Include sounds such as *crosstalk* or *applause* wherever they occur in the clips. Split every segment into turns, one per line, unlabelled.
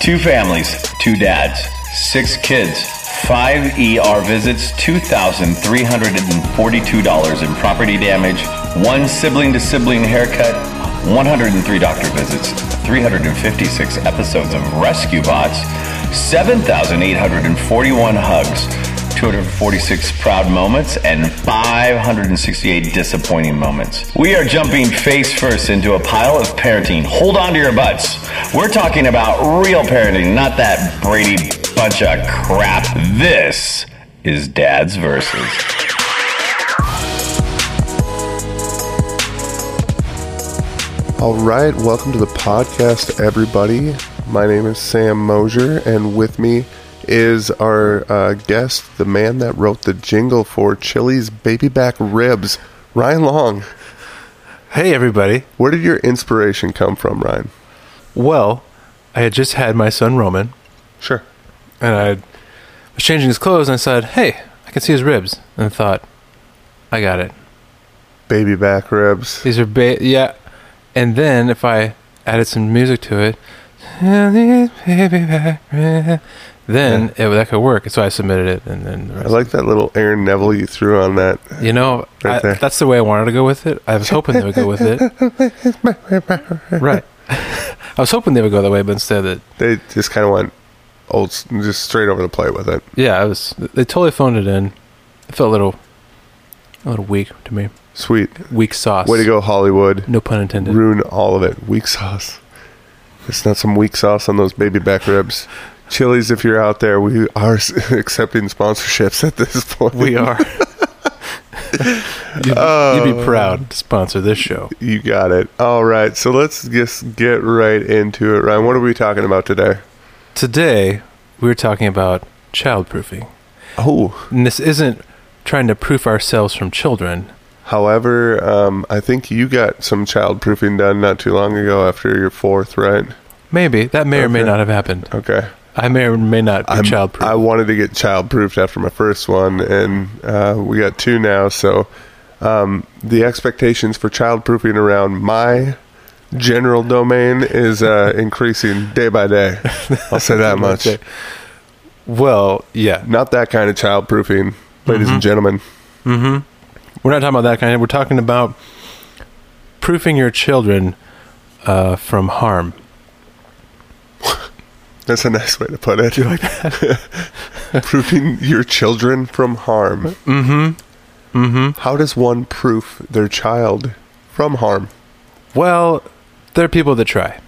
Two families, two dads, six kids, five ER visits, $2,342 in property damage, one sibling to sibling haircut, 103 doctor visits, 356 episodes of Rescue Bots, 7,841 hugs, 246 proud moments, and 568 disappointing moments. We are jumping face first into a pile of parenting. Hold on to your butts. We're talking about real parenting, not that Brady bunch of crap. This is Dad's Versus.
All right, welcome to the podcast, everybody. My name is Sam Mosier, and with me is our uh, guest, the man that wrote the jingle for Chili's Baby Back Ribs, Ryan Long.
Hey, everybody.
Where did your inspiration come from, Ryan?
Well, I had just had my son Roman,
Sure.
and I was changing his clothes, and I said, Hey, I can see his ribs. And I thought, I got it.
Baby Back Ribs.
These are, ba- yeah. And then if I added some music to it, then it, that could work. So I submitted it, and then the
I
rest.
like that little Aaron Neville you threw on that.
you know,
Right
I-
there.
that's the way I wanted to go with it. I was hoping they would go
*laughs*
with it. right. *laughs* I was hoping they would go that way, but instead, it,
They just kind of went old, s- just straight over the plate with it.
yeah, I was. They totally phoned it in. It felt a little, a little weak to me.
Sweet.
Weak sauce.
Way to go, Hollywood.
No pun intended.
ruin all of it. Weak sauce. It's not some weak sauce on those baby back ribs. Chili's, if you're out there, we are s- *laughs* accepting sponsorships at this point.
*laughs* we are. you'd, you'd be proud to sponsor this show.
*laughs* You got it. All right. So let's just get right into it, Ryan. What are we talking about today?
Today, we were talking about childproofing,
Oh,
and this isn't trying to proof ourselves from children.
however, um, I think you got some child proofing done not too long ago after your fourth, right?
Maybe that may or may
Okay.
not have happened.
Okay.
I may or may not be
I'm-
childproof.
I wanted to get child proofed after my first one, and uh, we got two now. So um, the expectations for child proofing around my general domain is uh, increasing day by *laughs* day. I'll say that much.
well, yeah,
Not that kind of child proofing, ladies and gentlemen.
We're not talking about that kind of. We're talking about proofing your children uh, from harm.
That's a nice way to put it. You like that? *laughs* Proofing your children from harm. Mm-hmm. Mm-hmm. How does one proof their child from harm?
Well, there are people that try.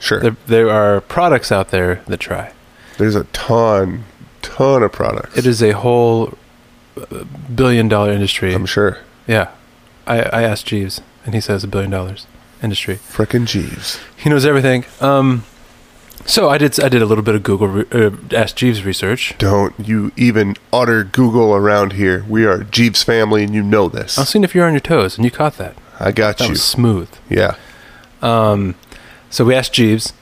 Sure.
There, there are products out there that try.
There's a ton, ton of products.
It is a whole uh, billion-dollar industry.
I'm sure.
yeah, I, I asked Jeeves, and he says a billion dollars industry.
Frickin' Jeeves.
He knows everything. Um, so I did. I did a little bit of Google re- uh, Ask Jeeves research.
Don't you even utter Google around here. We are Jeeves family, and you know this.
I was seeing if you're on your toes, and you caught that.
I got
That
you.
was smooth.
Yeah.
So we asked Jeeves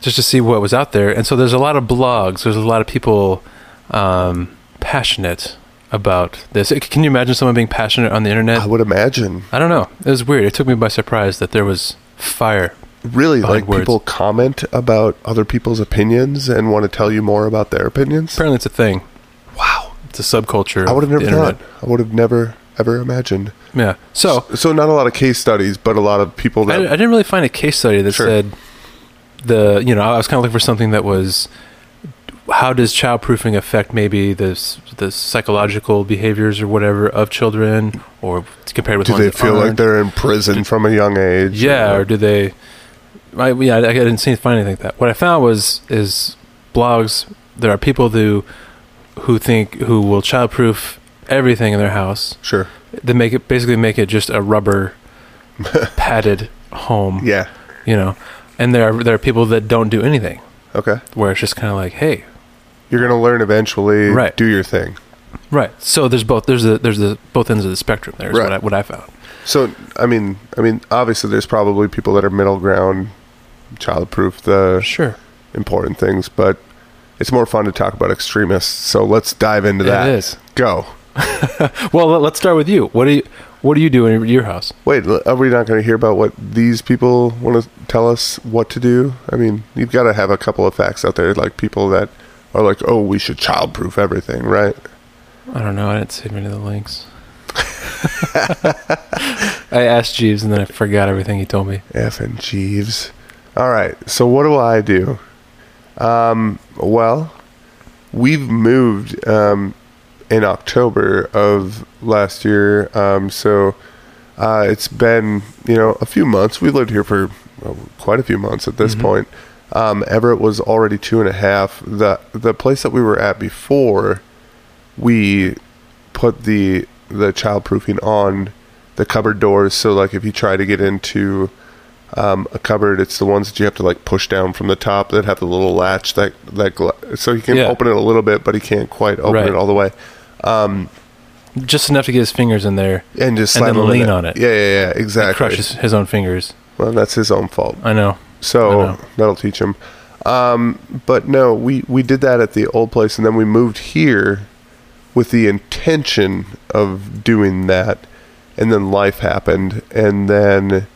just to see what was out there. And so there's a lot of blogs. There's a lot of people um, passionate about this. C- Can you imagine someone being passionate on the internet?
I
I
would imagine.
don't know. It was weird. It took me by surprise that there was fire.
Really,
Behind
like
words.
people comment about other people's opinions and want to tell you more about their opinions.
Apparently, it's a thing.
Wow.
It's a subculture.
I would have
of
never
the
thought.
internet.
I would have never, ever imagined.
Yeah. So
So, not a lot of case studies, but a lot of people
I, I
that.
didn't really find a case study that
Sure.
said the you know I was kind of looking for something that was how does childproofing affect maybe the s- the psychological behaviors or whatever of children or compared with
do
ones
they
that
feel like
aren't?
they're in prison from a young age?
yeah or do they I, yeah I, I didn't see find anything like that what I found was is blogs there are people who who think who will childproof everything in their house
Sure.
they make it basically make it just a
*laughs*
rubber padded home
Yeah.
you know and there are there are people that don't do anything
Okay.
where it's just kind of like hey
You're going to learn eventually.
Right.
Do your thing.
right so there's both there's the there's the both ends of the spectrum there's
Right.
what, I, what i found
So I mean, I mean, obviously, there's probably people that are middle ground, childproof the
sure
important things, but it's more fun to talk about extremists. So let's dive into
It
that.
is.
Go.
well let- let's start with you what do you What do you do in your house?
Wait, l- are we not going to hear about what these people want to tell us what to do? I mean, you've got to have a couple of facts out there, like people that are like, "Oh, we should childproof everything," right?
I don't know. I didn't save any of the *laughs* links. I asked Jeeves and then I forgot everything he told me.
F and Jeeves. All right. So what do I do? Um, well, we've moved um, in October of last year, um, so uh, it's been you know a few months. We lived here for well, quite a few months at this
Mm-hmm.
point. Um, Everett was already two and a half. the The place that we were at before, we put the the childproofing on the cupboard doors. So like if you try to get into um, a cupboard, it's the ones that you have to like push down from the top that have the little latch that that gla- so you can
Yeah.
open it a little bit, but he can't quite open
Right.
it all the way.
Just enough to get his fingers in there.
And just
And
slam
then
him in
lean
it.
on it.
Yeah, yeah, yeah,
He
exactly.
crushes his own fingers.
Well, that's his own fault.
I know. I
So
know.
that'll teach him. Um, but no, we, we did that at the old place, and then we moved here with the intention of doing that, and then life happened, and then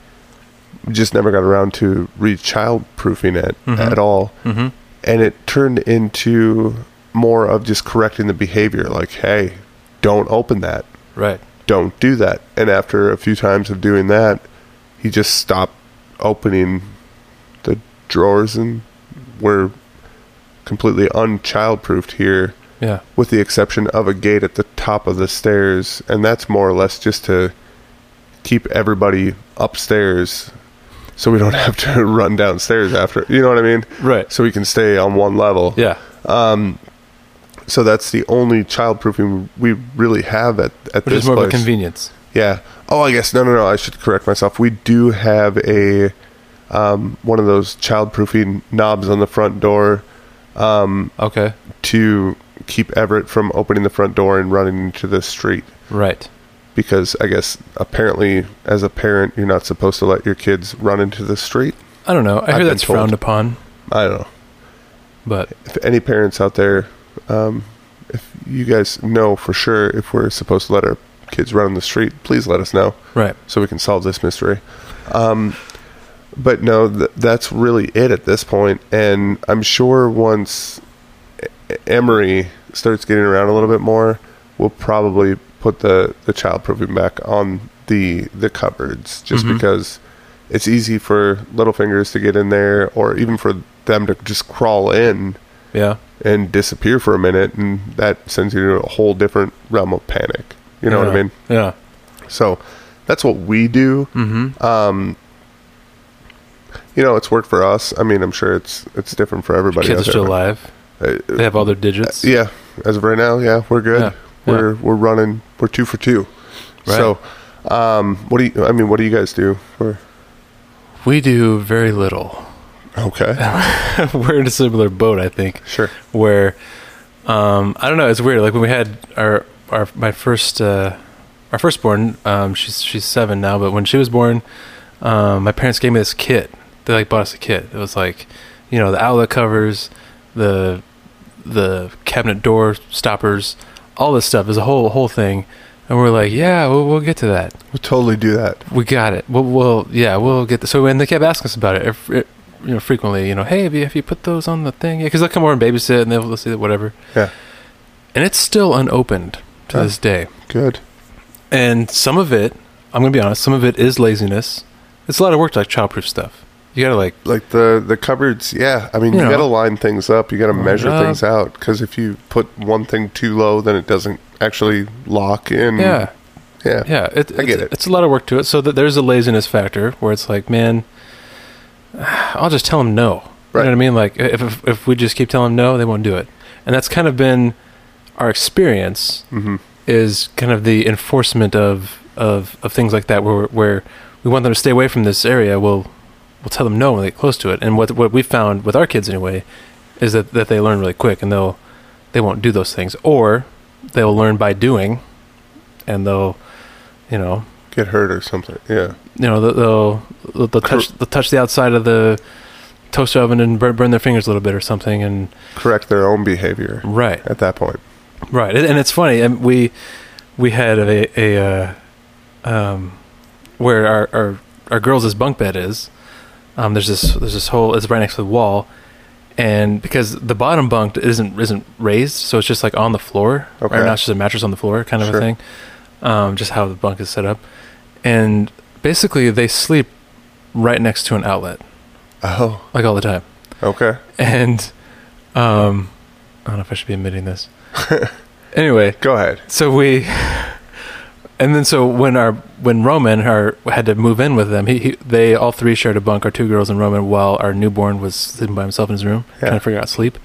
we just never got around to re-childproofing it at all,
Mhm.
and it turned into more of just correcting the behavior, like, hey, don't open that
Right.
don't do that. And after a few times of doing that, he just stopped opening the drawers and we're completely unchildproofed here
Yeah.
with the exception of a gate at the top of the stairs and that's more or less just to keep everybody upstairs so we don't *laughs* have to run downstairs after you know what I mean
Right.
so we can stay on one level
Yeah.
so that's the only childproofing we really have at at
Which
this
is more
place
of a convenience.
Yeah. Oh, I guess no, no, no. I should correct myself. We do have a um, one of those childproofing knobs on the front door
Okay.
to keep Everett from opening the front door and running into the street.
Right.
Because I guess apparently, as a parent, you're not supposed to let your kids run into the street.
I don't know. I hear
been
that's
told.
frowned upon,
I don't know.
but
If any parents out there, um, if you guys know for sure if we're supposed to let our kids run in the street, please let us know.
right.
so we can solve this mystery. Um, but no, th- that's really it at this point. And I'm sure once E- Emery starts getting around a little bit more, we'll probably put the the childproofing back on the the cupboards, just because it's easy for little fingers to get in there, or even for them to just crawl in
Yeah.
and disappear for a minute, and that sends you to a whole different realm of panic. You know what I mean?
Yeah.
So that's what we do. Um,
Mm-hmm.
You know, it's worked for us. I mean, I'm sure it's it's different for everybody.
Kids
out
are still
there. Uh,
alive. They have all their digits.
Yeah, as of right now, yeah, we're good.
Yeah,
We're we're running. We're two for two.
Right.
So, um, what do you? I mean, what do you guys do? We're,
We do very little. *laughs*
okay,
We're in a similar boat, I think.
sure.
where um, I don't know. It's weird. Like when we had our our my first uh, our firstborn, um, she's she's seven now. But when she was born, um, my parents gave me this kit. They like bought us a kit. It was like you know the outlet covers, the the cabinet door stoppers, all this stuff. There's a whole whole thing. And we're like, yeah, we'll, we'll get to that.
We totally do that.
We got it. Well, well yeah, we'll get the. So, and they kept asking us about it, if- it you know, frequently. You know, hey, have you, have you put those on the thing? Yeah, because they'll come over and babysit, and they'll, they'll see that whatever.
Yeah,
And it's still unopened to
Huh.
this day.
good.
And some of it, I'm gonna be honest, some of it is laziness. It's a lot of work to like childproof stuff. You gotta like,
Like the the cupboards. Yeah, I mean, you,
You know.
got to line things up. You got to measure
up.
things out because if you put one thing too low, then it doesn't actually lock in.
yeah,
yeah,
yeah. It,
Mm-hmm. I get
it's,
it.
It's a lot of work to it. So that there's a laziness factor where it's like, man, I'll just tell them no. You
Right.
know what I mean? Like if, if if we just keep telling them no, they won't do it. And that's kind of been our experience
Mhm.
is kind of the enforcement of of of things like that where where we want them to stay away from this area. We'll we'll tell them no when they get close to it. And what what we found with our kids anyway is that that they learn really quick and they'll they won't do those things or they'll learn by doing and they'll you know
Get hurt or something. Yeah.
you know they'll they'll, they'll, they'll touch they'll touch the outside of the toaster oven and burn, burn their fingers a little bit or something and
correct their own behavior
right
at that point.
right and, and it's funny and we we had a, a uh, um, where our, our our girls' bunk bed is, um, there's this there's this hole. It's right next to the wall, and because the bottom bunk isn't isn't raised, so it's just like on the floor.
Okay.
Right now, it's just a mattress on the floor, kind of
Sure.
a thing. Um, just how the bunk is set up, and basically they sleep right next to an outlet,
Oh,
like all the time.
okay.
And um, I don't know if I should be admitting this.
*laughs*
anyway,
Go ahead.
so we and then so when our when roman our, had to move in with them he, he they all three shared a bunk our two girls and roman while our newborn was sleeping by himself in his room
Yeah.
trying to figure out sleep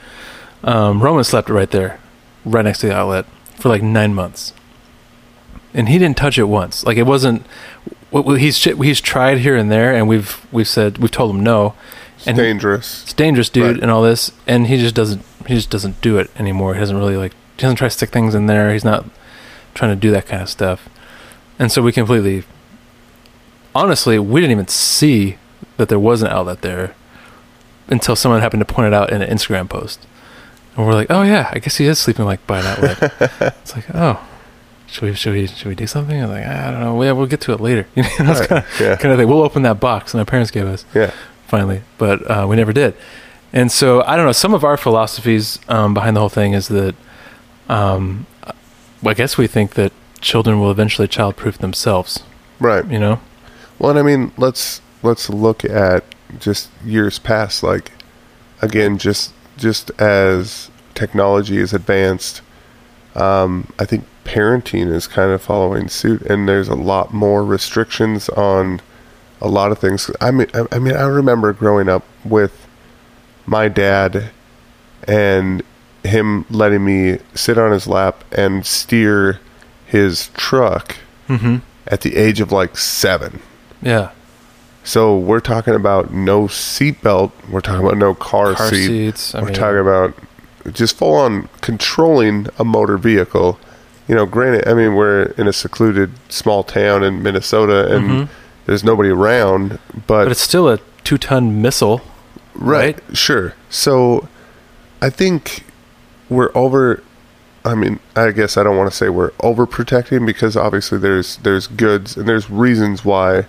um, roman slept right there right next to the outlet for like nine months and he didn't touch it once like it wasn't w- w- he's ch- he's tried here and there and we've we've said we've told him no
It's
and he-
dangerous.
it's dangerous, dude,
Right.
and all this, and he just doesn't he just doesn't do it anymore. He doesn't really like he doesn't try to stick things in there. He's not trying to do that kind of stuff, and so we completely, honestly, we didn't even see that there was an outlet there until someone happened to point it out in an Instagram post, and we're like, oh yeah, I guess he is sleeping like by
*laughs*
an outlet. it's like oh. Should we should we should we do something? I'm like I don't know. Yeah, we'll get to it later. *laughs* You know, that's
Right.
kind of
Yeah.
kind of thing. We'll open that box that my parents gave us
Yeah.
finally, but uh, we never did. And so I don't know. Some of our philosophies um, behind the whole thing is that, um, I guess we think that children will eventually childproof themselves.
Right.
You know,
Well, and I mean, let's let's look at just years past. Like again, just just as technology is advanced, um, I think parenting is kind of following suit, and there's a lot more restrictions on a lot of things. I mean, I, I mean, I remember growing up with my dad and him letting me sit on his lap and steer his truck at the age of like seven.
yeah,
So we're talking about no seatbelt. We're talking about no car,
car
seat.
seats. I
we're
mean,
talking about just full on controlling a motor vehicle. You know, granted, I mean we're in a secluded small town in Minnesota, and there's nobody around. But,
Mm-hmm. but it's still a two-ton missile.
right, sure. So I think we're over. I mean, I guess I don't want to say we're overprotecting because obviously there's there's goods and there's reasons why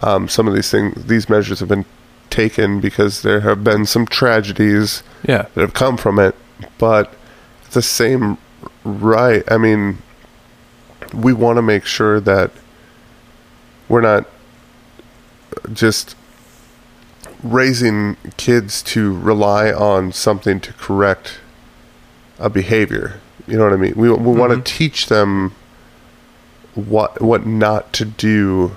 um, some of these things these measures have been taken because there have been some tragedies
Yeah,
that have come from it. But at the same right, I mean, we want to make sure that we're not just raising kids to rely on something to correct a behavior. You know what I mean? We, we want
Mm-hmm.
to teach them what what not to do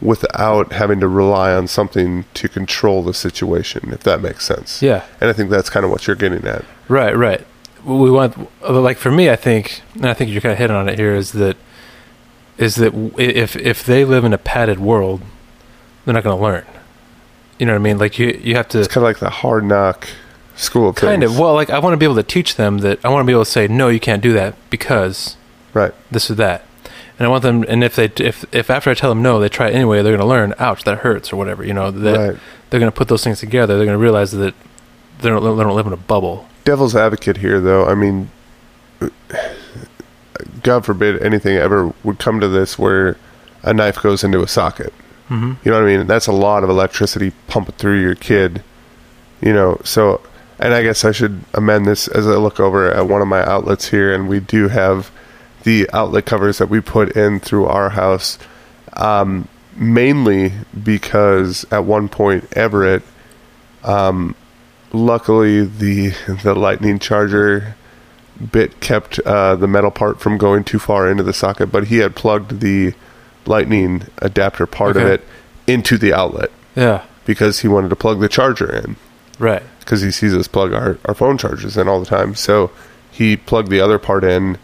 without having to rely on something to control the situation if that makes sense
yeah.
and I think that's kind of what you're getting at.
Right, right. We want like for me, I think, and I think you're kind of hitting on it here is that is that w- if if they live in a padded world, they're not going to learn. You know what I mean? Like you you have to
It's kind of like the hard knock school of
kind
things.
of well, like I want to be able to teach them that I want to be able to say no, you can't do that because
right.
this or that. And I want them, and if they, if, if after I tell them no, they try it anyway, they're going to learn, ouch, that hurts, or whatever, you know, that
Right.
they're going to put those things together. They're going to realize that they don't, they don't live in a bubble.
Devil's advocate here, though. I mean, God forbid anything ever would come to this where a knife goes into a socket.
Mhm.
You know what I mean? That's a lot of electricity pumping through your kid. You know, so and I guess I should amend this as I look over at one of my outlets here, and we do have the outlet covers that we put in through our house, um, mainly because at one point Everett, um, luckily the the lightning charger bit kept uh, the metal part from going too far into the socket, but he had plugged the lightning adapter part of
Okay.
it into the outlet
Yeah.
because he wanted to plug the charger in
Right.
because he sees us plug our, our phone chargers in all the time. So he plugged the other part in.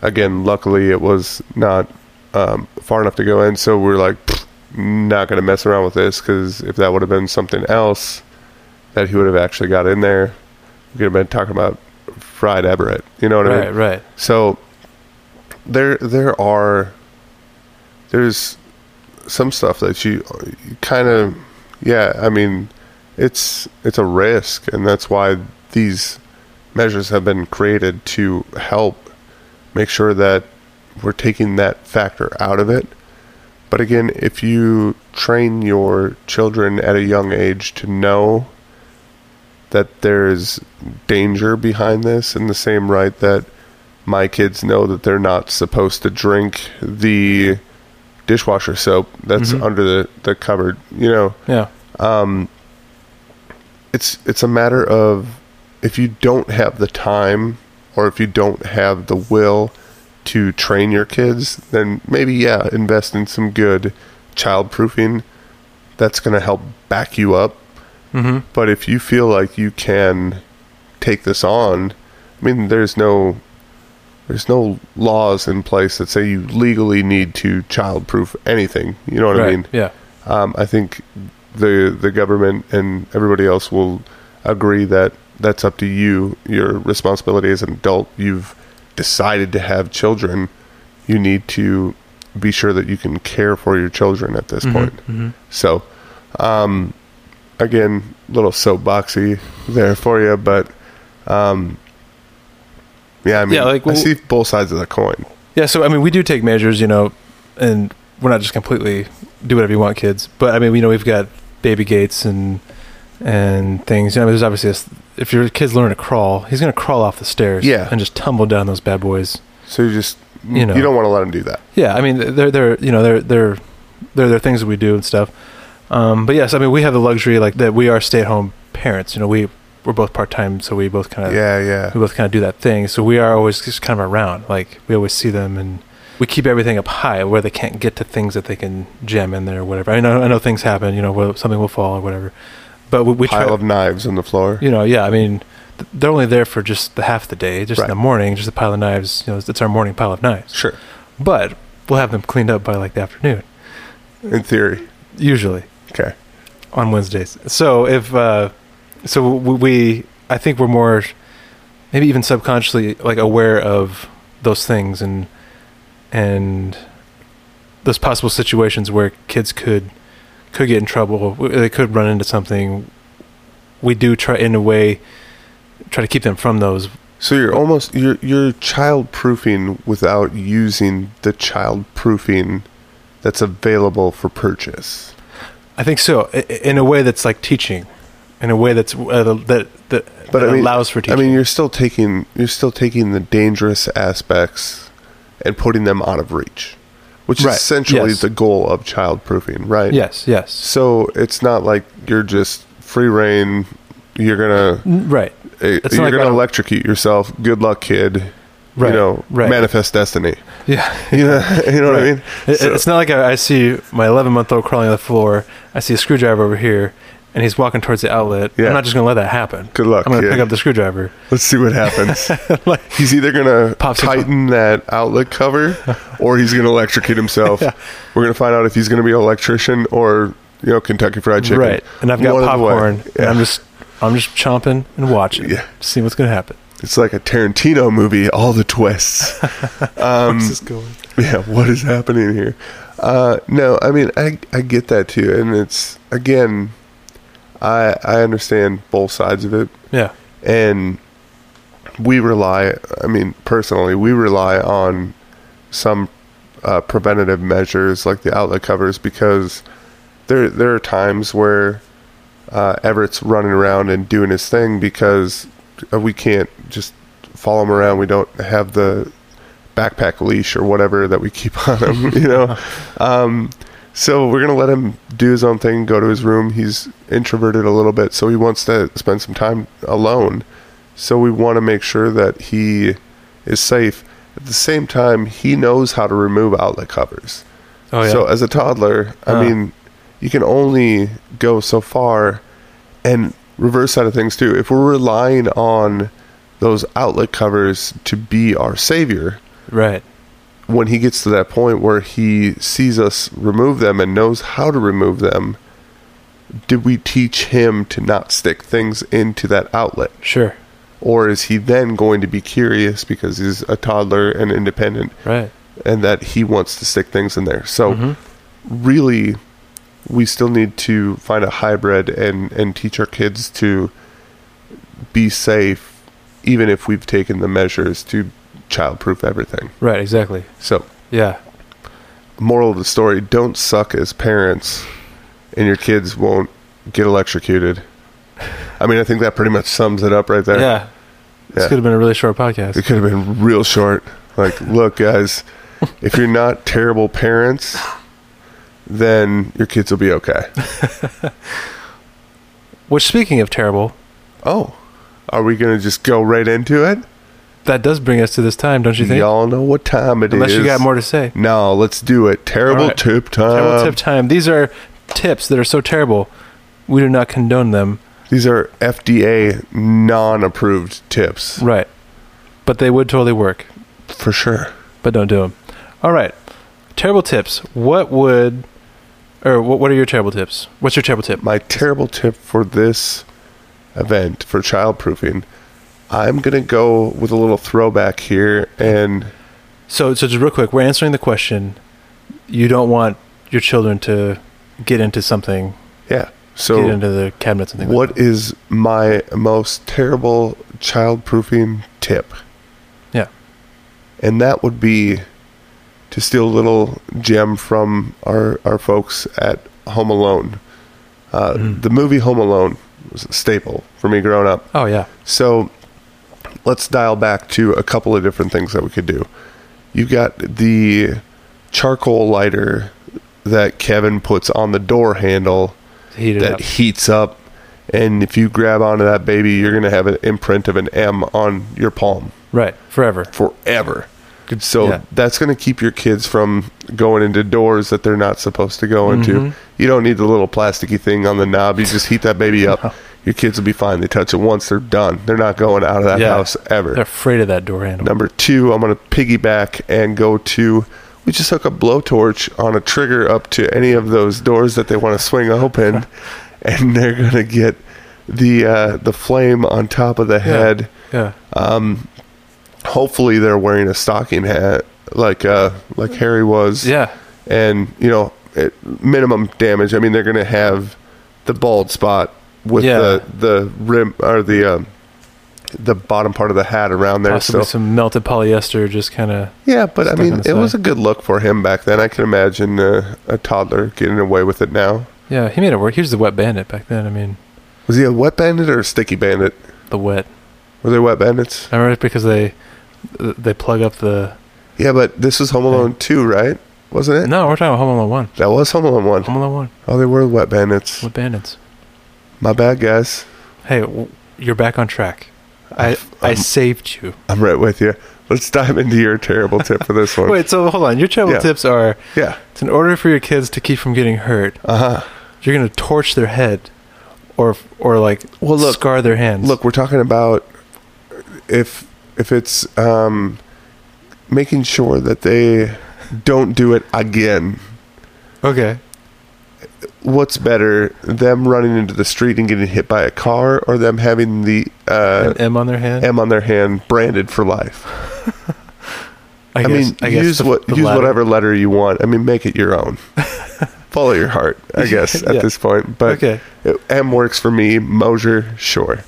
Again, luckily it was not um, far enough to go in, so we're like, "Pfft, not going to mess around with this because if that would have been something else that he would have actually got in there, we could have been talking about fried Everett. You know what I
Right.
mean?
Right.
So there there are there's some stuff that you, you kind of yeah, I mean it's it's a risk and that's why these measures have been created to help make sure that we're taking that factor out of it But again, if you train your children at a young age to know that there is danger behind this, in the same right that my kids know that they're not supposed to drink the dishwasher soap that's
Mhm.
under the, the cupboard, you know,
Yeah.
it's it's a matter of if you don't have the time or if you don't have the will to train your kids, then maybe yeah, invest in some good child proofing. That's going to help back you up.
Mm-hmm.
But if you feel like you can take this on, I mean, there's no there's no laws in place that say you legally need to childproof anything. You know what I mean?
Yeah.
um, I think the the government and everybody else will agree that that's up to you. Your responsibility as an adult. You've decided to have children. You need to be sure that you can care for your children at
Mm-hmm,
this point. So, um, again, little soapboxy there for you, but um, yeah, I mean,
Yeah, like,
I
well-
see both sides of the coin.
Yeah, so I mean, we do take measures, you know, and we're not just completely do whatever you want, kids. But I mean, you know, we've got baby gates and and things. You know, there's obviously this, if your kid's learning to crawl, he's going to crawl off the stairs,
Yeah.
and just tumble down those bad boys.
So you just
You know.
you don't want to let them do that.
Yeah, I mean, they're they're you know they're they're they're, they're things that we do and stuff. Um, but yes, I mean, we have the luxury like that. We are stay at home parents. You know, we we're both part time, so we both kind of
Yeah, yeah.
we both kind of do that thing. So we are always just kind of around. Like we always see them, and we keep everything up high where they can't get to things that they can jam in there or whatever. I know, I know things happen. You know, where something will fall or whatever. But we, we try.
Pile of knives on the floor.
you know, yeah. I mean, th- they're only there for just the half the day, just
Right.
in the morning, just a pile of knives. You know, it's, it's our morning pile of knives.
Sure.
But we'll have them cleaned up by like the afternoon,
In theory.
usually.
Okay.
on Wednesdays. So if uh, so, we, we I think we're more maybe even subconsciously like aware of those things and and those possible situations where kids could could get in trouble. w- They could run into something. We do try in a way try to keep them from those.
So you're almost you're you're child proofing without using the child proofing that's available for purchase.
I think so i- i- in a way that's like teaching, in a way that's uh, that that,
But
that
I mean,
allows for teaching.
I mean, you're still taking you're still taking the dangerous aspects and putting them out of reach, which
Right,
is essentially
yes.
the goal of child proofing, right?
yes, yes,
So it's not like you're just free reign. You're gonna
right.
eh,
It's not
you're
like
gonna
on a-
electrocute yourself. Good luck, kid.
Right,
you know,
right.
manifest destiny. *laughs*
Yeah.
You know, you know what I
Right.
mean.
It-
So-
It's not like I, I see my 11 month old crawling on the floor. I see a screwdriver over here, and he's walking towards the outlet.
Yeah.
I'm not just going to let that happen.
Good luck,
I'm going to
kid.
pick up the screwdriver.
Let's see what happens.
*laughs* Like-
he's either gonna
Pops his-
tighten that outlet cover,
*laughs*
or he's gonna electrocute himself.
Yeah.
We're gonna find out if he's gonna be an electrician or you know Kentucky Fried Chicken.
Right. And I've got
One of the way.
popcorn, and
Yeah.
I'm just I'm just chomping and watching.
Yeah.
Seeing what's going to happen.
It's like a Tarantino movie. All the
*laughs*
twists. Um,
Where's this going?
*laughs* yeah. What is happening here? Uh, no, I mean I I get that too, and it's again, I I understand both sides of it.
Yeah.
and we rely i mean personally we rely on some uh, preventative measures like the outlet covers because there there are times where uh, Everett's running around and doing his thing because uh, we can't just follow him around we don't have the backpack leash or whatever that we keep *laughs* on him you know um, so we're gonna let him do his own thing, go to his room. He's introverted a little bit, so he wants to spend some time alone. So we want to make sure that he is safe. At the same time, he knows how to remove outlet covers.
Oh, yeah.
So uh, as a toddler,
Ah.
I mean, you can only go so far. And reverse side of things too. If we're relying on those outlet covers to be our savior,
right.
when he gets to that point where he sees us remove them and knows how to remove them, did we teach him to not stick things into that outlet?
Sure.
Or is he then going to be curious because he's a toddler and independent
Right.
and that he wants to stick things in there? So, really, we still need to find a hybrid and, and teach our kids to be safe, even if we've taken the measures to childproof everything.
Right. Exactly.
So,
Yeah.
moral of the story: don't suck as parents, and your kids won't get electrocuted. I mean, I think that pretty much sums it up right there.
Yeah. This
Uh, Yeah.
could have been a really short podcast.
It could have been real short. Like, look, guys, *laughs* if you're not terrible parents, then your kids will be
*laughs*
okay.
Which, speaking of terrible,
Oh, are we going to just go right into it?
that does bring us to this time, don't you think?
Y'all know what time it is.
Unless you got more to say.
No, let's do it. Terrible
All right.
tip time.
terrible tip time. These are tips that are so terrible, we do not condone them.
These are FDA non-approved tips
Right. But they would totally work.
for sure.
But don't do them. All right. Terrible tips. What would, or what, what are your terrible tips? What's your terrible tip?
My terrible tip for this event for childproofing, I'm gonna go with a little throwback here, and
So, so just real quick, we're answering the question. You don't want your children to get into something,
yeah. So
get into the cabinets and things. Like
What is my most terrible childproofing tip?
that. Yeah.
And that would be to steal a little gem from our, our folks at Home Alone. Uh,
Mm.
The movie Home Alone was a staple for me growing up.
Oh yeah.
So let's dial back to a couple of different things that we could do. You've got the charcoal lighter that Kevin puts on the door handle
Heat it
that
up.
heats up. And if you grab onto that baby, you're going to have an imprint of an M on your palm
Right. Forever.
forever. So
Yeah.
that's going to keep your kids from going into doors that they're not supposed to go into.
Mm-hmm.
You don't need the little plasticky thing on the knob. You just heat that
*laughs*
baby up. Your kids will be fine. They touch it once, they're done. They're not going out of that
Yeah.
house ever.
They're afraid of that door handle.
Number two, I'm going to piggyback and go to. We just hook a blowtorch on a trigger up to any of those doors that they want to swing
*laughs*
open, and they're going to get the uh, the flame on top of the head.
Yeah.
Hopefully, they're wearing a stocking hat like uh, like Harry was.
Yeah.
and you know, it, minimum damage. I mean, they're going to have the bald spot with
Yeah.
the the rim or the um, the bottom part of the hat around there.
Possibly
so
some melted polyester, just kind of.
Yeah, but I
Stuck
mean,
on
it
the
was a
side.
good look for him back then. I can imagine uh, a toddler getting away with it now.
Yeah, he made it work. He was the wet bandit back then. I mean,
Was he a wet bandit or a sticky bandit?
the wet.
Were they wet bandits?
I remember it because they they plug up the.
Yeah, but this was Home Alone 2, right? Wasn't it?
No, we're talking about Home Alone One.
That was Home Alone 1.
Home Alone One.
Oh, they were wet bandits.
Wet bandits.
My bad, guys.
Hey, w- you're back on track. I I saved you.
I'm right with you. Let's dive into your terrible tip for this one.
*laughs* Wait, so hold on. Your travel
Yeah.
tips are:
Yeah.
it's in order for your kids to keep from getting hurt,
Uh huh.
you're gonna torch their head, or or like
Well, look-
scar their hands.
Look, we're talking about if if it's um, making sure that they don't do it again.
okay.
what's better them running into the street and getting hit by a car or them having the uh,
An M on their hand.
m on their hand branded for life i,
guess-
mean
I guess
use
the-
what
the
use
latter.
whatever letter you want i mean make it your
*laughs*
own follow your heart i guess at
Yeah.
this point but
Okay.
it, m works for me mosher
*laughs*
sure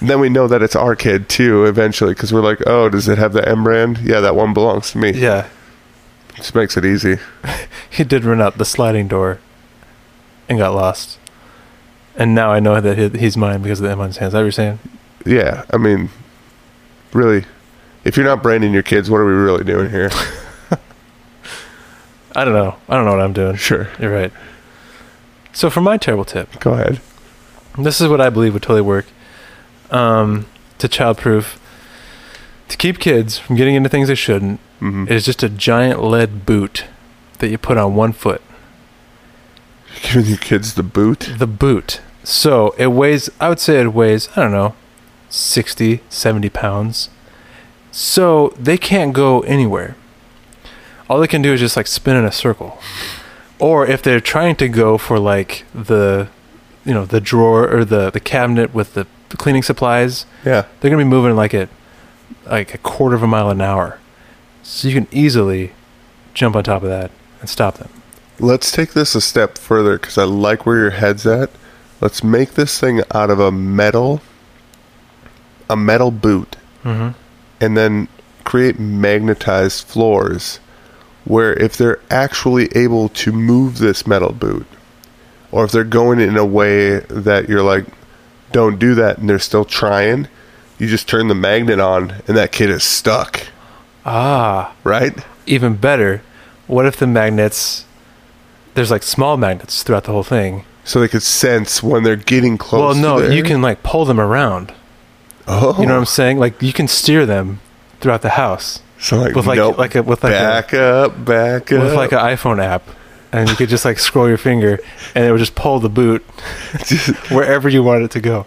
then we know that it's our kid too eventually because we're like oh does it have the m brand yeah that one belongs to me
Yeah,
just makes it easy
he did run out the sliding door, and got lost. And now I know that he, he's mine because of the M on his hands. Is that what you're saying?
yeah, I mean, really, if you're not branding your kids, what are we really doing
*laughs*
here?
I don't know. I don't know what I'm doing.
sure,
You're right. So for my terrible tip,
go ahead.
this is what I believe would totally work um, to childproof to keep kids from getting into things they shouldn't
hmm
is just a giant lead boot that you put on one foot.
Giving your kids the boot.
The boot. So it weighs, I would say it weighs, I don't know, 60, 70 pounds. So they can't go anywhere. All they can do is just like spin in a circle. Or if they're trying to go for like the, you know, the drawer or the, the cabinet with the cleaning supplies,
Yeah,
they're gonna be moving like at like a quarter of a mile an hour. So you can easily jump on top of that and stop them.
let's take this a step further because I like where your head's at. Let's make this thing out of a metal, a metal boot,
Mm-hmm.
and then create magnetized floors where if they're actually able to move this metal boot, or if they're going in a way that you're like, don't do that, and they're still trying, you just turn the magnet on, and that kid is stuck,
Ah,
right?
even better. What if the magnets? There's like small magnets throughout the whole thing.
So they could sense when they're getting close.
well, no,
there.
you can like pull them around.
Oh,
You know what I'm saying? Like you can steer them throughout the house
so like,
with like
nope.
like a, with like
back up, back
a,
up.
with like an iPhone app, and you could just like scroll your finger, and it would just pull the boot
*laughs*
wherever you want it to go.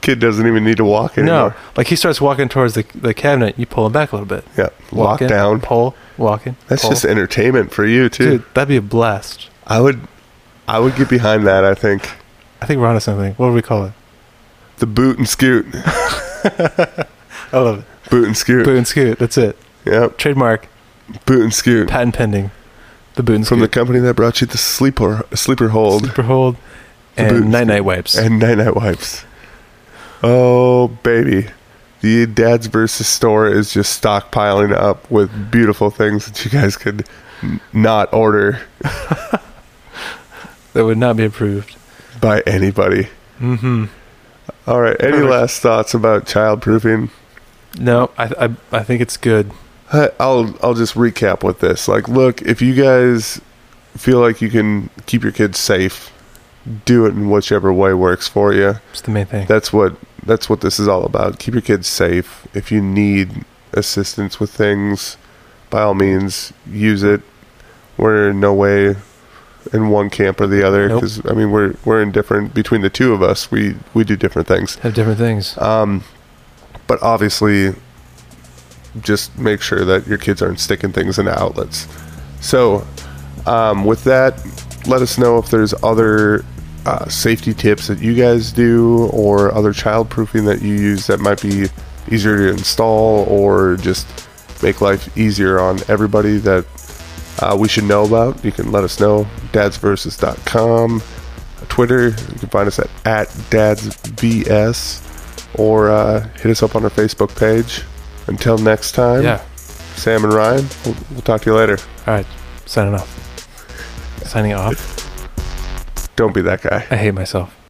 kid doesn't even need to walk
No,
anymore.
like he starts walking towards the the cabinet, you pull him back a little bit.
Yeah,
Walk in,
lockdown.
pull, walking.
That's
pull.
just entertainment for you too.
dude. That'd be a blast.
I would, I would get behind that. I think
I think we're onto something. What do we call it?
the boot and scoot,
I love it.
boot and scoot.
Boot and scoot. That's it.
Yep,
Trademark,
boot and scoot
patent pending. The boot and
from the
scoot.
company that brought you the sleeper sleeper hold
sleeper hold
boot and
and night night
scoot.
wipes.
and night night wipes. Oh baby, the dad's versus store is just stockpiling up with beautiful things that you guys could n- not order
that would not be approved.
by anybody.
Mm-hmm.
All right, any
Perfect.
last thoughts about childproofing?
No, I, I I think it's good.
I- I'll I'll just recap with this. Like, look, if you guys feel like you can keep your kids safe, do it in whichever way works for you.
It's the main thing.
That's what that's what this is all about. Keep your kids safe. If you need assistance with things, by all means, use it. We're in no way in one camp or the other
Nope.
because I mean we're we're indifferent between the two of us. We we do different things.
Have different things.
Um, but obviously, just make sure that your kids aren't sticking things into outlets. So, um, with that, let us know if there's other uh, safety tips that you guys do or other child proofing that you use that might be easier to install or just make life easier on everybody that uh, we should know about. You can let us know. Dadsversus.com. Twitter. You can find us at, at dadsvs or uh, hit us up on our Facebook page. Until next time,
yeah.
Sam and Ryan, we'll, we'll talk to you later.
All right. Signing off. Signing off.
Don't be that guy.
I hate myself.